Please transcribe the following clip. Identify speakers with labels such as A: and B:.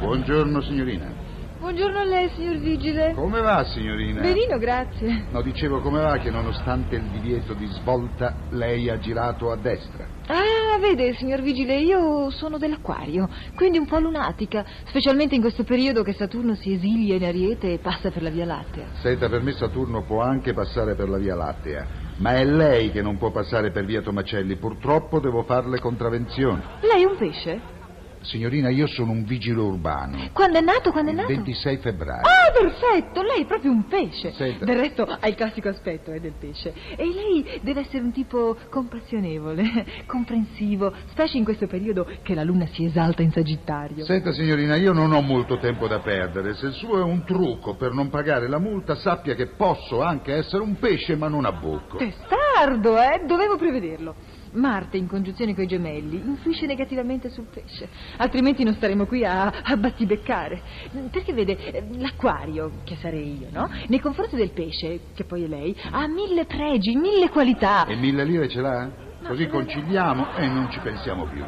A: Buongiorno, signorina.
B: Buongiorno a lei, signor Vigile.
A: Come va, signorina?
B: Benino, grazie.
A: No, dicevo come va che nonostante il divieto di svolta lei ha girato a destra.
B: Ah, vede, signor Vigile, io sono dell'acquario, quindi un po' lunatica, specialmente in questo periodo che Saturno si esilia in Ariete e passa per la Via Lattea.
A: Senta, per me Saturno può anche passare per la Via Lattea, ma è lei che non può passare per Via Tomacelli. Purtroppo devo farle contravenzione.
B: Lei è un pesce?
A: Signorina, io sono un vigile urbano.
B: Quando è nato? Quando è
A: Il
B: nato?
A: 26 febbraio.
B: Ah, perfetto, lei è proprio un pesce.
A: Senta.
B: Del resto ha il classico aspetto eh, del pesce. E lei deve essere un tipo compassionevole, comprensivo, specie in questo periodo che la luna si esalta in Sagittario.
A: Senta signorina, io non ho molto tempo da perdere. Se il suo è un trucco per non pagare la multa, sappia che posso anche essere un pesce, ma non a bocco.
B: Testardo, eh? Dovevo prevederlo. Marte in congiunzione coi gemelli influisce negativamente sul pesce, altrimenti non staremo qui a, a battibeccare. Perché vede, eh, l'acquario, che sarei io, no? Nei confronti del pesce, che poi è lei, ha mille pregi, mille qualità.
A: E mille lire ce l'ha? Così conciliamo e non ci pensiamo più.